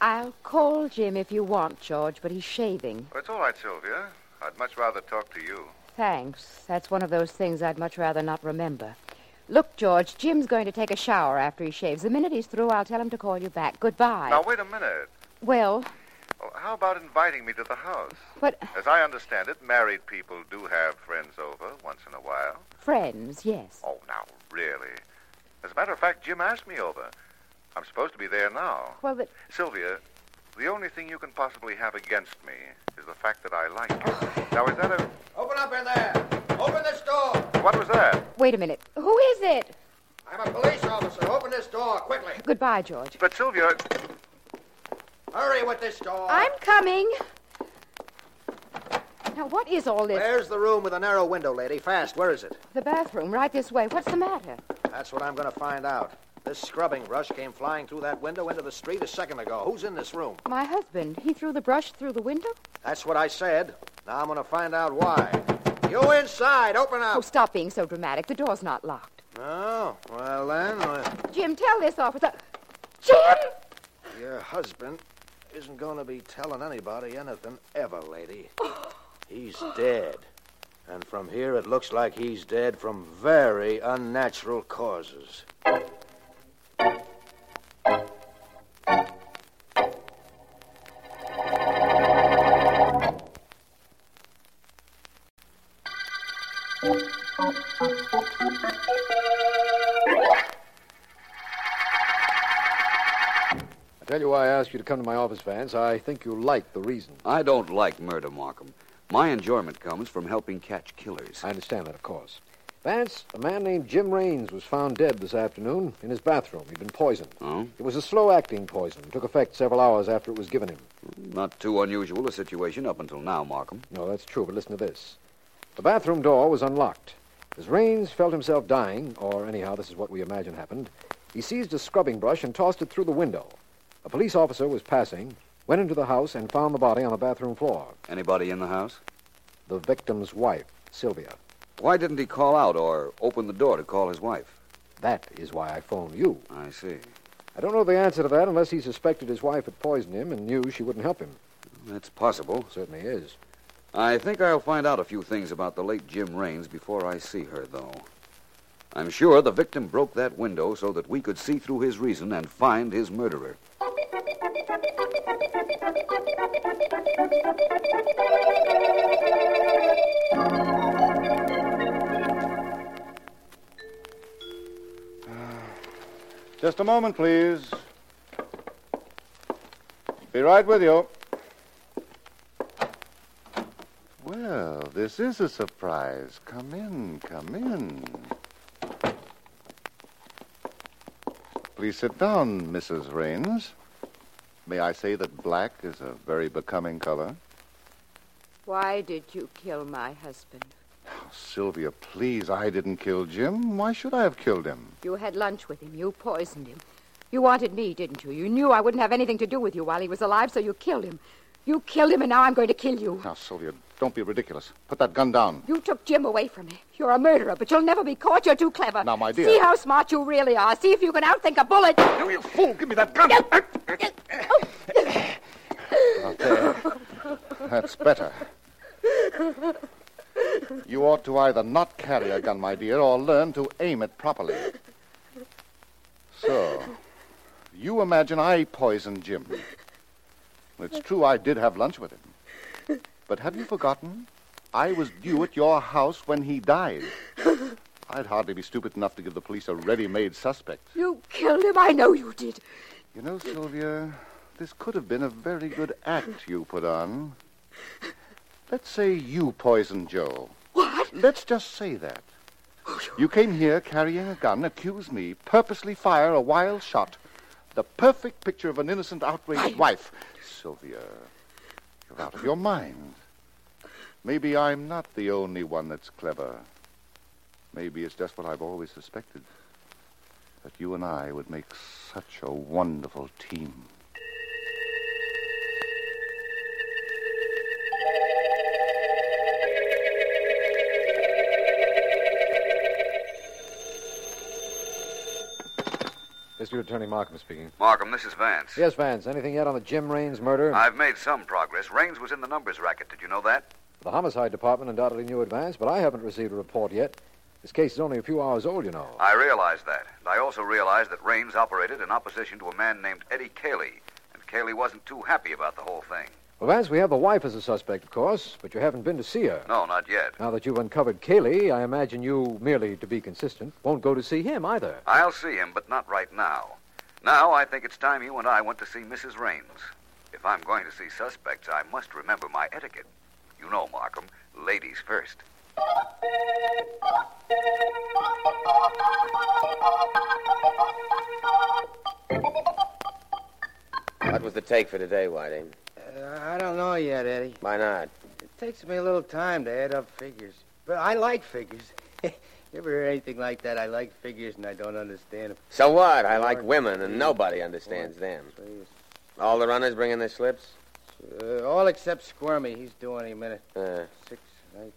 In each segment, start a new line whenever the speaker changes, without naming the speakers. I'll call Jim if you want, George, but he's shaving.
Well, it's all right, Sylvia. I'd much rather talk to you.
Thanks. That's one of those things I'd much rather not remember. Look, George, Jim's going to take a shower after he shaves. The minute he's through, I'll tell him to call you back. Goodbye.
Now, wait a minute.
Well,
Oh, How about inviting me to the house?
but
As I understand it, married people do have friends over once in a while.
friends, yes.
Oh, now, really. As a matter of fact, Jim asked me over. I'm supposed to be there now.
Well, but
Sylvia, the only thing you can possibly have against me is the fact that I like you. Now, is that a...
Open up in there! Open this door!
What was that?
wait a minute. Who is it?
I'm a police officer. Open this door, quickly.
Goodbye, George.
But, Sylvia...
Hurry with this door.
I'm coming. Now, what is all this?
There's the room with the narrow window, lady. Fast, where is it?
The bathroom, right this way. What's the matter?
That's what I'm going to find out. This scrubbing brush came flying through that window into the street a second ago. Who's in this room?
My husband. He threw the brush through the window?
That's what I said. Now I'm going to find out why. You inside, open
Oh,
up.
stop being so dramatic. The door's not locked.
Oh, well then, uh,
Jim, tell this officer. Jim!
your husband isn't going to be telling anybody anything ever, lady. He's dead. And from here, it looks like he's dead from very unnatural causes.
I tell you why I asked you to come to my office, Vance. I think you like the reason.
I don't like murder, Markham. My enjoyment comes from helping catch killers.
I understand that, of course. Vance, a man named Jim Raines was found dead this afternoon in his bathroom. He'd been poisoned.
Oh?
It was a slow-acting poison. Took effect several hours after it was given him.
Not too unusual a situation up until now, Markham.
No, that's true, but listen to this. The bathroom door was unlocked. As Raines felt himself dying, or anyhow, this is what we imagine happened, he seized a scrubbing brush and tossed it through the window. A police officer was passing, went into the house, and found the body on the bathroom floor.
Anybody in the house?
The victim's wife, Sylvia.
Why didn't he call out or open the door to call his wife?
That is why I phoned you.
I see.
I don't know the answer to that unless he suspected his wife had poisoned him and knew she wouldn't help him.
That's possible.
Certainly is.
I think I'll find out a few things about the late Jim Raines before I see her, though. I'm sure the victim broke that window so that we could see through his reason and find his murderer.
Just a moment, please. Be right with you. Well, this is a surprise. Come in, come in. Please sit down, Mrs. Raines. May I say that black is a very becoming color?
Why did you kill my husband?
Oh, Sylvia, please, I didn't kill Jim. Why should I have killed him?
You had lunch with him. You poisoned him. You wanted me, didn't you? You knew I wouldn't have anything to do with you while he was alive, so you killed him. You killed him, and now I'm going to kill you.
Now, Sylvia, don't be ridiculous. Put that gun down.
You took Jim away from me. You're a murderer, but you'll never be caught. You're too clever.
Now, my dear-
See how smart you really are. See if you can outthink a bullet.
Oh, you fool! Give me that gun! Not there. That's better. You ought to either not carry a gun, my dear, or learn to aim it properly. So, you imagine I poisoned Jim. It's true I did have lunch with him. But have you forgotten? I was due at your house when he died. I'd hardly be stupid enough to give the police a ready-made suspect.
You killed him. I know you did.
You know, Sylvia, this could have been a very good act you put on. Let's say you poisoned Joe.
What?
Let's just say that. You came here carrying a gun, accuse me, purposely fire a wild shot. The perfect picture of an innocent, outraged wife. Sylvia, you're out of your mind. Maybe I'm not the only one that's clever. Maybe it's just what I've always suspected that you and I would make such a wonderful team.
District Attorney Markham speaking.
Markham, this is Vance.
Yes, Vance. Anything yet on the Jim Raines murder?
I've made some progress. Raines was in the numbers racket. Did you know that?
The homicide department undoubtedly knew advance, but I haven't received a report yet. This case is only a few hours old, you know.
I realized that. And I also realized that Raines operated in opposition to a man named Eddie Cayley. And Cayley wasn't too happy about the whole thing.
Well, Vance, we have the wife as a suspect, of course, but you haven't been to see her.
No, not yet.
Now that you've uncovered Cayley, I imagine you, merely to be consistent, won't go to see him either.
I'll see him, but not right now. Now I think it's time you and I went to see Mrs. Raines. If I'm going to see suspects, I must remember my etiquette. You know, Markham, ladies first.
What was the take for today, Whiting?
Uh, I don't know yet, Eddie.
Why not?
It takes me a little time to add up figures. But I like figures. you ever hear anything like that? I like figures and I don't understand them.
So what? I like women, and nobody understands them. All the runners bringing their slips?
Uh, all except Squirmy. He's due any minute.
Uh,
Six, eight.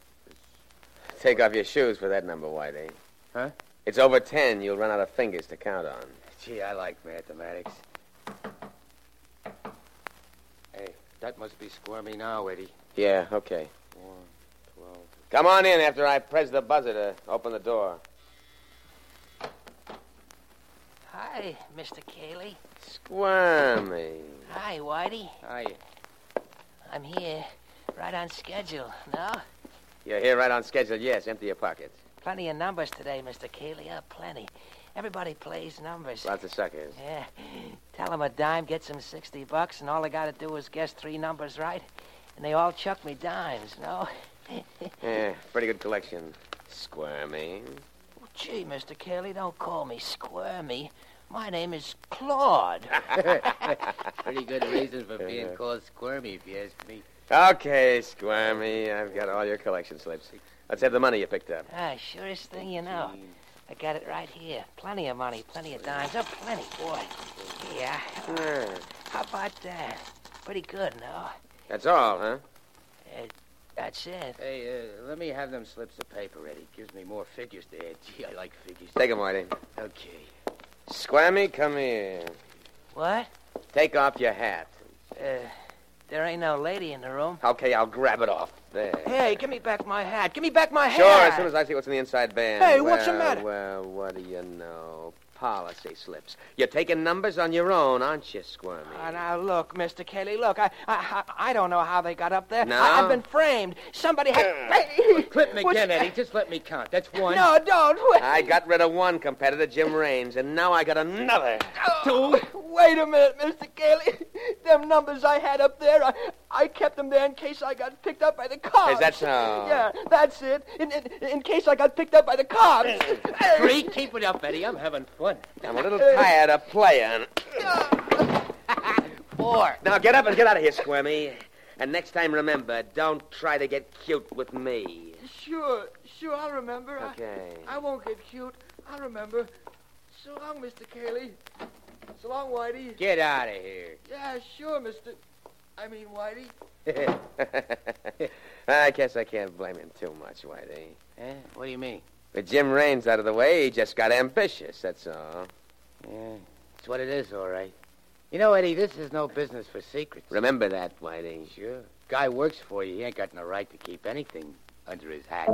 take off your shoes for that number, Whiting.
Huh?
It's over ten. You'll run out of fingers to count on.
Gee, I like mathematics. Hey, that must be Squirmy now, Eddie.
Yeah, okay.
One, twelve.
Come on in after I press the buzzer to open the door.
Hi, Mr. Cayley.
Squirmy.
Hi, Whitey.
Hi.
I'm here right on schedule. No?
You're here right on schedule. Yes, empty your pockets.
Plenty of numbers today, Mr. Cayley. Yeah, plenty. Everybody plays numbers.
Lots of suckers.
Yeah. Tell 'em a dime gets 'em 60 bucks, and all I gotta do is guess three numbers right. And they all chuck me dimes, no?
Yeah, pretty good collection. Squirmy.
Gee, Mr. Cayley, don't call me squirmy. My name is Claude.
Pretty good reason for being called Squirmy, if you ask me.
Okay, Squirmy. I've got all your collection slips. Let's have the money you picked up.
ah, surest thing you know. I got it right here. Plenty of money, plenty of dimes. Oh, plenty, boy. Yeah.
Yeah,
How about that? Pretty good, no?
That's all, huh?
That's it.
Hey, uh, let me have them slips of paper, Eddie. Gives me more figures to add. Gee, I like figures.
Take 'em, Whitey.
Okay.
Squammy, come here.
What?
Take off your hat.
Uh, there ain't no lady in the room.
Okay, I'll grab it off. There.
Hey, give me back my hat. Give me back my
Sure,
hat.
as soon as I see what's in the inside band.
Hey, what's the
Well,
matter?
Well, what do you know? Policy slips. You're taking numbers on your own, aren't you, Squirmy?
Ah, now look, Mr. Kelly. Look, I, I, I I don't know how they got up there.
No?
I, have been framed. Somebody had. Hey,
Clip me
what's-
again, Eddie. Just let me count. That's one.
No, don't. Wait.
I got rid of one competitor, Jim Raines, and now I got another.
Two.
Wait a minute, Mr. Cayley. Them numbers I had up there, I, I kept them there in case I got picked up by the cops.
Is that uh, so?
Yeah, that's it. In, in, in case I got picked up by the cops.
Three, keep it up, Eddie. I'm having fun. I'm a little
Hey.
tired of playing. Four. Now get up and get out of here, Squirmy. And next time, remember, don't try to get cute with me.
Sure, sure, I remember. I-
Okay.
I, won't get cute. I remember. So long, Mr. Cayley. So long, Whitey.
Get out of here.
Yeah, sure, Mr. I mean, Whitey.
I guess I can't blame him too much, Whitey.
Eh? What do you mean?
With Jim Raines out of the way, he just got ambitious, that's all.
Yeah, it's what it is, all right. You know, Eddie, this is no business for secrets.
Remember that, Whitey.
Sure. Guy works for you. He ain't got no right to keep anything under his hat.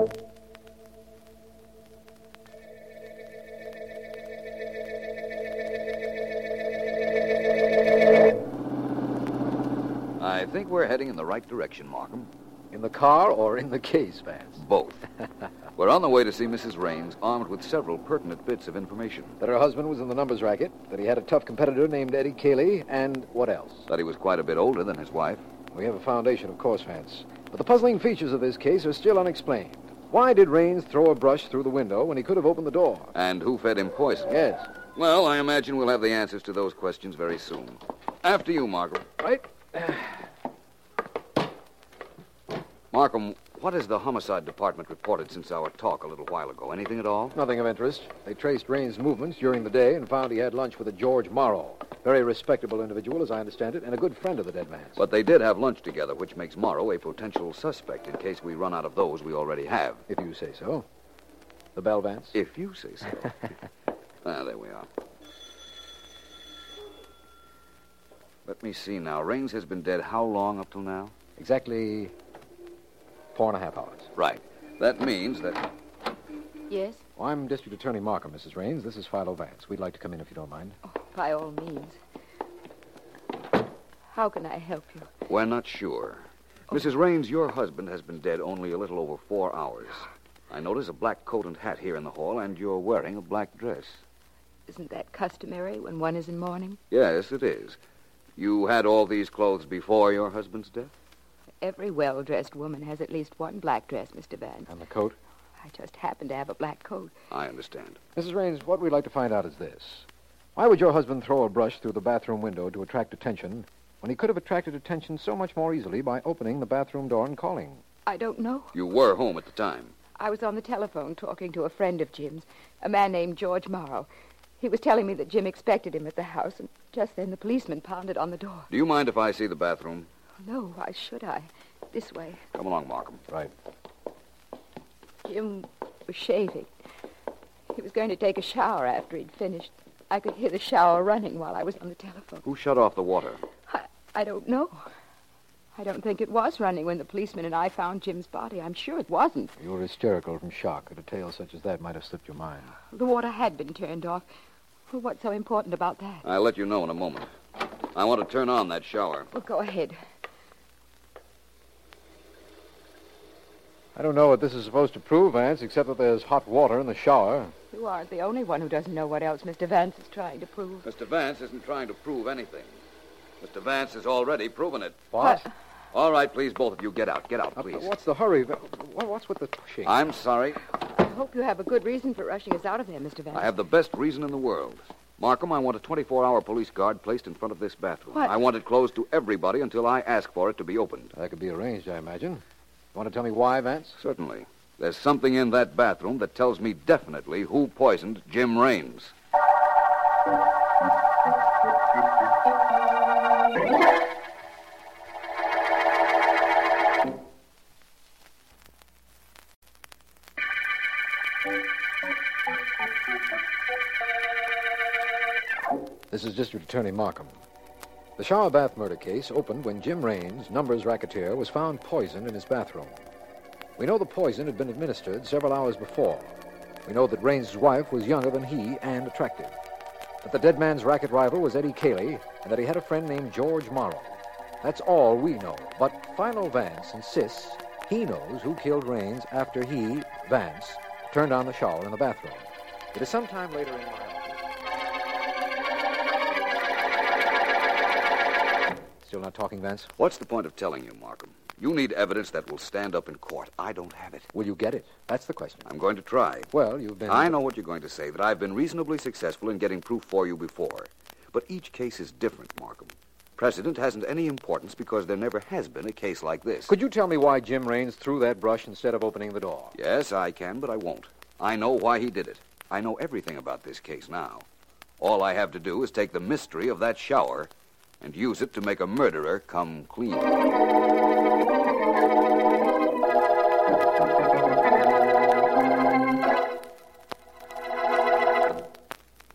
I think we're heading in the right direction, Markham.
In the car or in the case, Vance?
Both. we're on the way to see Mrs. Raines, armed with several pertinent bits of information.
That her husband was in the numbers racket, that he had a tough competitor named Eddie Cayley, and what else?
That he was quite a bit older than his wife.
We have a foundation, of course, Vance. But the puzzling features of this case are still unexplained. Why did Raines throw a brush through the window when he could have opened the door?
And who fed him poison?
Yes.
Well, I imagine we'll have the answers to those questions very soon. After you, Markham.
Right.
Markham, what has the homicide department reported since our talk a little while ago? Anything at all?
Nothing of interest. They traced Raines' movements during the day and found he had lunch with a George Morrow. Very respectable individual, as I understand it, and a good friend of the dead man's.
But they did have lunch together, which makes Morrow a potential suspect in case we run out of those we already have.
If you say so. The bell, Vance?
If you say so. ah, there we are. Let me see now. Raines has been dead how long up till now?
Exactly four and a half hours.
Right. That means that.
Yes,
I'm District Attorney Markham, Mrs. Raines. This is Philo Vance. We'd like to come in if you don't mind.
by all means. How can I help you?
We're not sure. Mrs. Raines, your husband has been dead only a little over four hours. I notice a black coat and hat here in the hall, and you're wearing a black dress.
Isn't that customary when one is in mourning?
Yes, it is. You had all these clothes before your husband's death?
Every well dressed woman has at least one black dress, Mr. Vance.
And the coat?
I just happen to have a black coat.
I understand.
Mrs. Raines, what we'd like to find out is this. Why would your husband throw a brush through the bathroom window to attract attention when he could have attracted attention so much more easily by opening the bathroom door and calling?
I don't know.
You were home at the time.
I was on the telephone talking to a friend of Jim's, a man named George Morrow. He was telling me that Jim expected him at the house, and just then the policeman pounded on the door.
Do you mind if I see the bathroom?
No, why should I? This way.
Come along, Markham.
Right.
Jim was shaving. He was going to take a shower after he'd finished. I could hear the shower running while I was on the telephone.
Who shut off the water?
I don't know. I don't think it was running when the policeman and I found Jim's body. I'm sure it
Hmm.
wasn't.
You were hysterical from shock. A tale such as that might have slipped your mind.
The water had been turned off. Well, what's so important about that?
I'll let you know in a moment. I want to turn on that shower.
Well, go ahead.
I don't know what this is supposed to prove, Vance, except that there's hot water in the shower.
You aren't the only one who doesn't know what else Mr. Vance is trying to prove.
Mr. Vance isn't trying to prove anything. Mr. Vance has already proven it.
What? Uh,
All right, please, both of you, get out. Get out, please.
What's the hurry? Va- wha- What's with the pushing?
I'm sorry.
I hope you have a good reason for rushing us out of there, Mr. Vance.
I have the best reason in the world. Markham, I want a 24 hour police guard placed in front of this bathroom.
What?
I want it closed to everybody until I ask for it to be opened.
That could be arranged, I imagine. You want to tell me why, Vance?
Certainly. There's something in that bathroom that tells me definitely who poisoned Jim Raines.
This is District Attorney Markham. The shower bath murder case opened when Jim Raines, numbers racketeer, was found poisoned in his bathroom. We know the poison had been administered several hours before. We know that Raines' wife was younger than he and attractive. That the dead man's racket rival was Eddie Cayley, and that he had a friend named George Morrow. That's all we know. But Philo Vance insists he knows who killed Raines after he, Vance, turned on the shower in the bathroom. It is sometime later in my office. Still not talking, Vance?
What's the point of telling you, Markham? You need evidence that will stand up in court. I don't have it.
Will you get it? That's the question.
I'm going to try.
Well, you've been.
I know what you're going to say, that I've been reasonably successful in getting proof for you before. But each case is different, Markham. Precedent hasn't any importance because there never has been a case like this.
Could you tell me why Jim Raines threw that brush instead of opening the door?
Yes, I can, but I won't. I know why he did it. I know everything about this case now. All I have to do is take the mystery of that shower and use it to make a murderer come clean.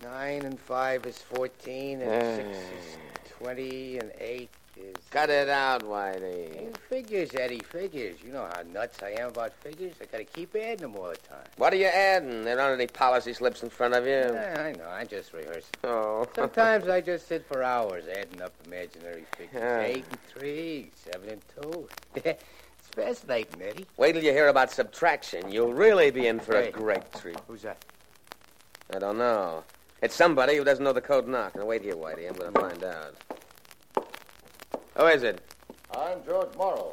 Nine and five is 14, and six is 20, and eight is.
Ah. Cut it out, Whitey.
Figures, Eddie, figures. You know how nuts I am about figures. I gotta keep adding them all the time.
What are you adding? There aren't any policy slips in front of you.
Yeah, I know. I just rehearse.
Oh.
Sometimes I just sit for hours adding up imaginary figures.
Yeah.
Eight and three, seven and two. it's fascinating, Eddie.
Wait till you hear about subtraction. You'll really be in for a
Hey.
great treat.
Who's that?
I don't know. It's somebody who doesn't know the code knock. Now, wait here, Whitey. I'm going to find out. Who is it?
I'm George Morrow.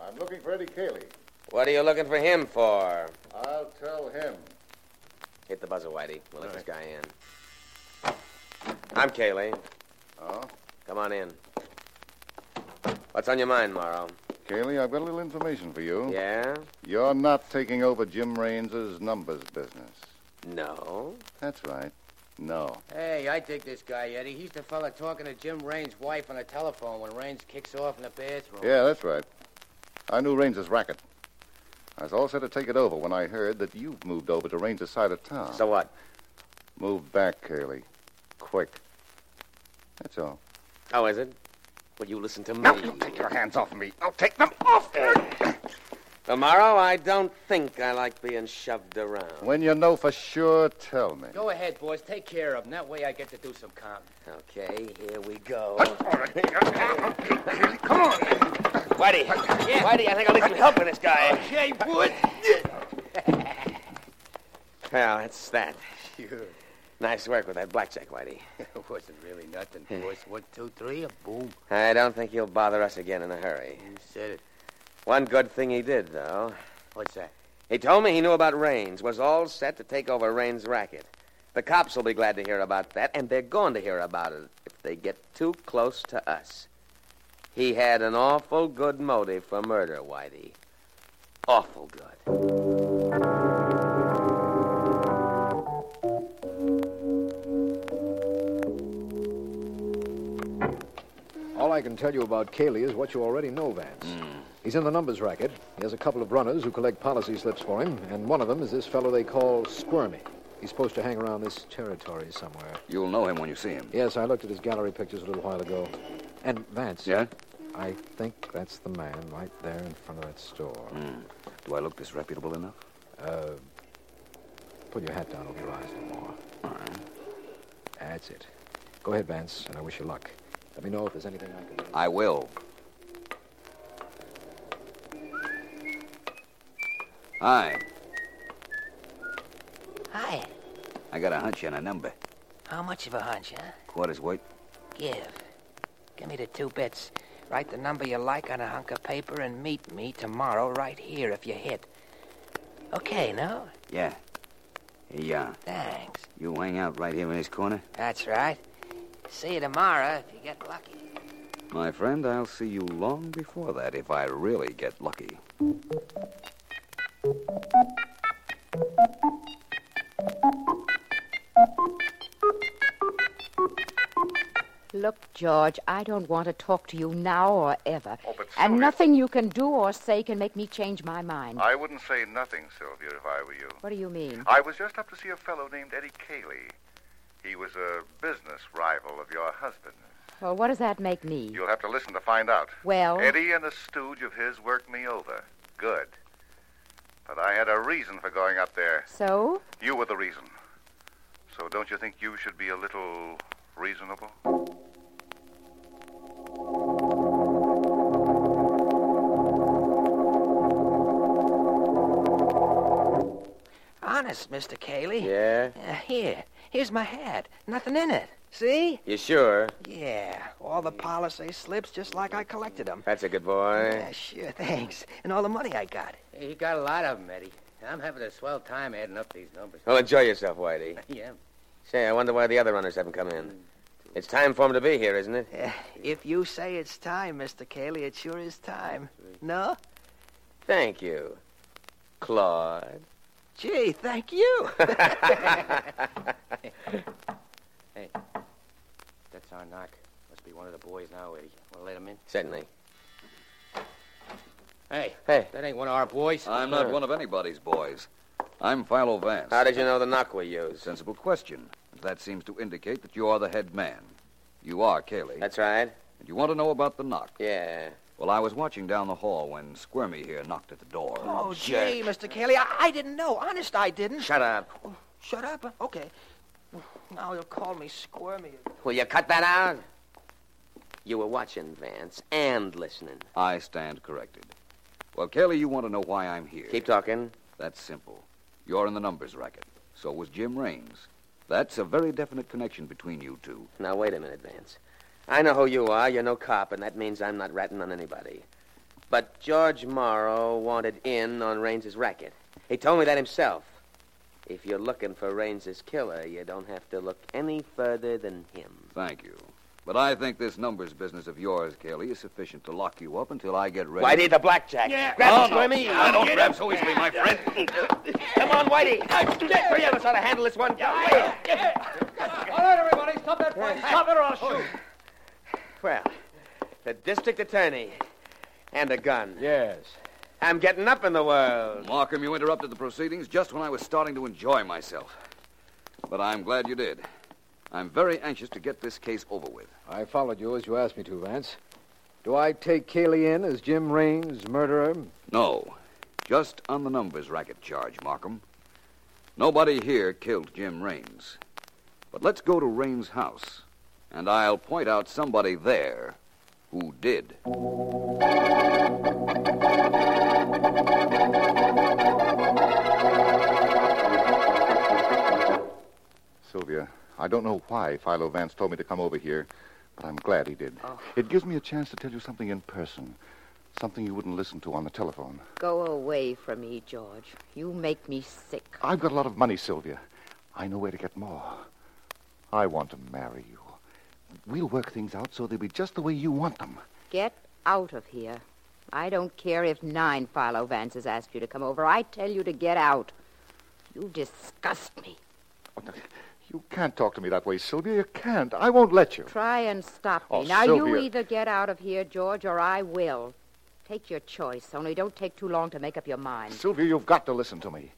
I'm looking for Eddie Cayley.
What are you looking for him for?
I'll tell him.
Hit the buzzer, Whitey. We'll let this guy in. I'm Kaylee.
Oh?
Come on in. What's on your mind, Morrow?
Cayley, I've got a little information for you.
Yeah?
You're not taking over Jim Raines's numbers business.
No.
That's right. No.
Hey, I dig this guy, Eddie. He's the fella talking to Jim Raines' wife on the telephone when Raines kicks off in the bathroom.
Yeah, that's right. I knew Raines's racket. I was all set to take it over when I heard that you've moved over to Raines's side of town.
So what?
Move back, Cayley. Quick. That's all.
How is it? Will you listen to me?
No, you take your hands off me. I'll take them off there.
Tomorrow, I don't think I like being shoved around.
When you know for sure, tell me.
Go ahead, boys. Take care of him. That way I get to do some calm.
Okay, here we go.
Come on.
Whitey. Whitey, I think I'll need some help in this guy. Okay, boy. well, that's that. Nice work with that blackjack, Whitey.
it wasn't really nothing, boys. One, two, three, and boom.
I don't think he'll bother us again in a hurry.
You said it.
One good thing he did, though.
What's that?
He told me he knew about Raines, was all set to take over Raines' racket. The cops will be glad to hear about that, and they're going to hear about it if they get too close to us. He had an awful good motive for murder, Whitey. Awful good.
All I can tell you about Cayley is what you already know, Vance.
Hmm.
He's in the numbers racket. He has a couple of runners who collect policy slips for him, and one of them is this fellow they call Squirmy. He's supposed to hang around this territory somewhere.
You'll know him when you see him.
Yes, I looked at his gallery pictures a little while ago. And Vance.
Yeah?
I think that's the man right there in front of that store.
Hmm. Do I look disreputable enough?
Uh, put your hat down over your eyes no more. That's it. Go ahead, Vance, and I wish you luck. Let me know if there's anything I can do.
I will. Hi.
Hi.
I got a hunch and a number.
How much of a hunch, huh?
Quarters weight.
Give. Give me the two bits. Write the number you like on a hunk of paper and meet me tomorrow right here if you hit. Okay, no?
Yeah. Yeah.
Thanks.
You hang out right here in this corner.
That's right. See you tomorrow if you get lucky.
My friend, I'll see you long before that if I really get lucky.
Look, George, I don't want to talk to you now or ever.
Oh,
but
and
Sylvia-
nothing you can do or say can make me change my mind.
I wouldn't say nothing, Sylvia, if I were you.
What do you mean?
I was just up to see a fellow named Eddie Cayley. He was a business rival of your husband.
Well, what does that make me?
You'll have to listen to find out.
Well,
Eddie and a stooge of his worked me over. Good. But I had a reason for going up there.
so?
You were the reason. So don't you think you should be a little reasonable?
Honest, Mr. Cayley.
Yeah?
Uh, here. Here's my hat. Nothing in it.
See?
You sure?
Yeah, all the Palisade slips just like I collected them.
That's a good boy.
Yeah, sure, thanks. And all the money I got.
Hey, you got a lot of them, Eddie. I'm having a swell time adding up these numbers.
Well, enjoy yourself, Whitey.
yeah.
Say, I wonder why the other runners haven't come in. It's time for 'em to be here, isn't it?
If you say it's time, Mr. Cayley, it sure is time. No?
Thank you, Claude.
Gee, thank you.
Hey, that's our knock. Must be one of the boys now, Eddie. Want to let him in?
Certainly.
Hey,
Hey.
that ain't one of our boys.
I'm not one of anybody's boys. I'm Philo Vance.
How did you know the knock we used?
Sensible question. That seems to indicate that you are the head man. You are Cayley.
That's right.
And you want to know about the knock?
Yeah.
Well, I was watching down the hall when Squirmy here knocked at the door.
Oh, gee, Mr. Cayley, I, I didn't know. Honest, I didn't.
Shut up.
Shut up. Okay. Now you'll call me squirmy.
Will you cut that out? You were watching, Vance, and listening.
I stand corrected. Well, Kelly, you want to know why I'm here.
Keep talking.
That's simple. You're in the numbers racket. So was Jim Raines. That's a very definite connection between you two.
Now, wait a minute, Vance. I know who you are. You're no cop, and that means I'm not ratting on anybody. But George Morrow wanted in on Raines's racket. He told me that himself. If you're looking for Raines's killer, you don't have to look any further than him.
Thank you. But I think this numbers business of yours, Kelly, is sufficient to lock you up until I get ready. Oh,
Whitey the blackjack. Grab him, Squirmy.
I don't grab so easily, my friend.
Come on, Whitey. Three of us ought to handle this one. Down.
All right, everybody, stop that fight. Stop it or I'll shoot.
Well, the district attorney and a gun.
Yes.
I'm getting up in the world.
Markham, you interrupted the proceedings just when I was starting to enjoy myself. But I'm glad you did. I'm very anxious to get this case over with.
I followed you as you asked me to, Vance. Do I take Cayley in as Jim Raines' murderer?
No. Just on the numbers racket charge, Markham. Nobody here killed Jim Raines. But let's go to Raines' house, and I'll point out somebody there who did.
Sylvia, I don't know why Philo Vance told me to come over here, but I'm glad he did.
Oh.
It gives me a chance to tell you something in person, something you wouldn't listen to on the telephone.
Go away from me, George. You make me sick.
I've got a lot of money, Sylvia. I know where to get more. I want to marry you. We'll work things out so they'll be just the way you want them.
Get out of here. I don't care if nine Philo Vances ask you to come over. I tell you to get out. You disgust me.
You can't talk to me that way, Sylvia. You can't. I won't let you.
Try and stop me.
Oh,
now, you
Sylvia.
either get out of here, George, or I will. Take your choice, only don't take too long to make up your mind.
Sylvia, you've got to listen to me.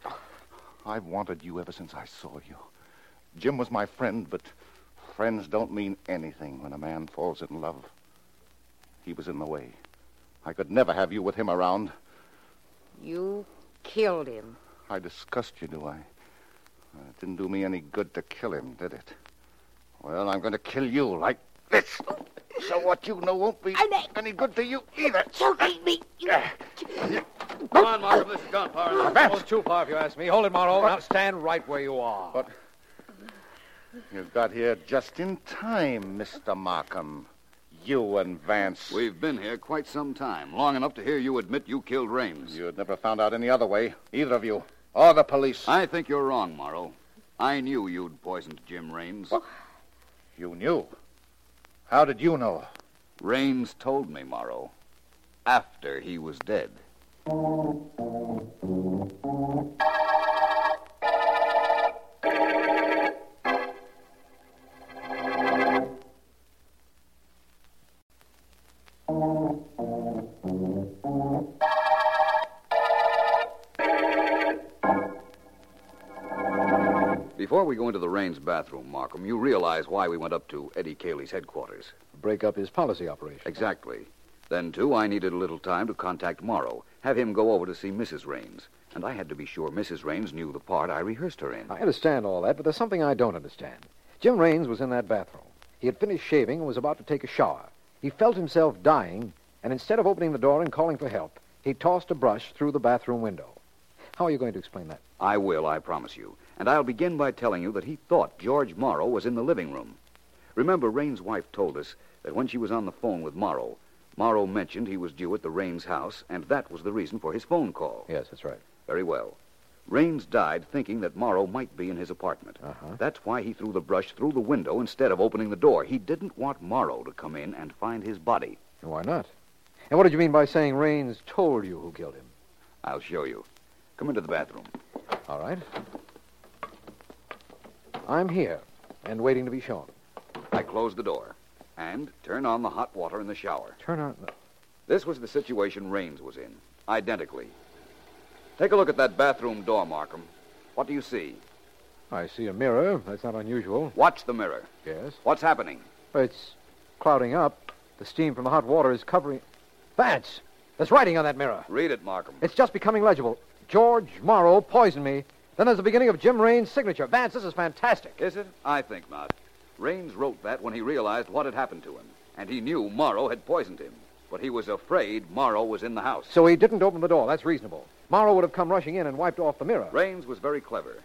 I've wanted you ever since I saw you. Jim was my friend, but friends don't mean anything when a man falls in love. He was in the way. I could never have you with him around.
You killed him.
I disgust you, do I? Uh, It didn't do me any good to kill him, did it? Well, I'm going to kill you like this. So what you know won't be any good to you either.
Choking me.
Come on, Markham, this is gunpowder.
Vance!
Almost too far, if you ask me. Hold it, Morrow. Now stand right where you are.
But You got here just in time, Mr. Markham. You and Vance.
We've been here quite some time, long enough to hear you admit you killed Raines.
You'd never found out any other way, either of you, or the police.
I think you're wrong, Morrow. I knew you'd poisoned Jim Raines.
You knew. How did you know?
Raines told me, Morrow, after he was dead.
Oh,
Before we go into the Raines bathroom, Markham, you realize why we went up to Eddie Cayley's headquarters.
Break up his policy operation.
Exactly. Then, too, I needed a little time to contact Morrow, have him go over to see Mrs. Raines. And I had to be sure Mrs. Raines knew the part I rehearsed her in.
I understand all that, but there's something I don't understand. Jim Raines was in that bathroom. He had finished shaving and was about to take a shower. He felt himself dying, and instead of opening the door and calling for help, he tossed a brush through the bathroom window. How are you going to explain that?
I will, I promise you. And I'll begin by telling you that he thought George Morrow was in the living room. Remember, Rain's wife told us that when she was on the phone with Morrow, Morrow mentioned he was due at the Rain's house, and that was the reason for his phone call.
Yes, that's right.
Very well. Rains died thinking that Morrow might be in his apartment.
Uh-huh.
That's why he threw the brush through the window instead of opening the door. He didn't want Morrow to come in and find his body.
Why not? And what did you mean by saying Raines told you who killed him?
I'll show you. Come into the bathroom.
All right. I'm here and waiting to be shown.
I closed the door and turned on the hot water in the shower.
Turn on.
This was the situation Rains was in, identically. Take a look at that bathroom door, Markham. What do you see?
I see a mirror. That's not unusual.
Watch the mirror.
Yes.
What's happening?
But it's clouding up. The steam from the hot water is covering. Vance! There's writing on that mirror.
Read it, Markham.
It's just becoming legible. George Morrow poisoned me. Then there's the beginning of Jim Rain's signature. Vance, this is fantastic.
Is it? I think not. Raines wrote that when he realized what had happened to him, and he knew Morrow had poisoned him. But he was afraid Morrow was in the house.
So he didn't open the door. That's reasonable. Morrow would have come rushing in and wiped off the mirror.
Raines was very clever.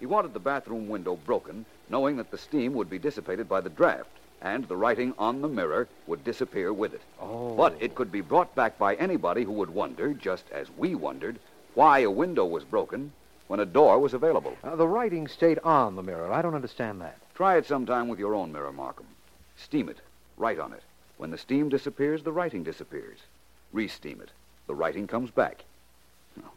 He wanted the bathroom window broken, knowing that the steam would be dissipated by the draft, and the writing on the mirror would disappear with it.
Oh.
But it could be brought back by anybody who would wonder, just as we wondered, why a window was broken when a door was available.
Uh, the writing stayed on the mirror. I don't understand that.
Try it sometime with your own mirror, Markham. Steam it. Write on it. When the steam disappears, the writing disappears. Re-steam it. The writing comes back. Now-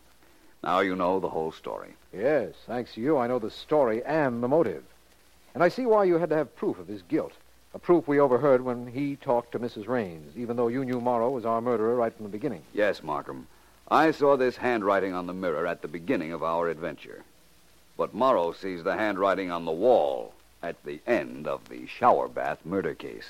Now you know the whole story.
Yes, thanks to you, I know the story and the motive. And I see why you had to have proof of his guilt. A proof we overheard when he talked to Mrs. Raines, even though you knew Morrow was our murderer right from the beginning.
Yes, Markham. I saw this handwriting on the mirror at the beginning of our adventure. But Morrow sees the handwriting on the wall at the end of the shower bath murder case.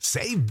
Save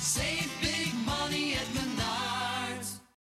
Save big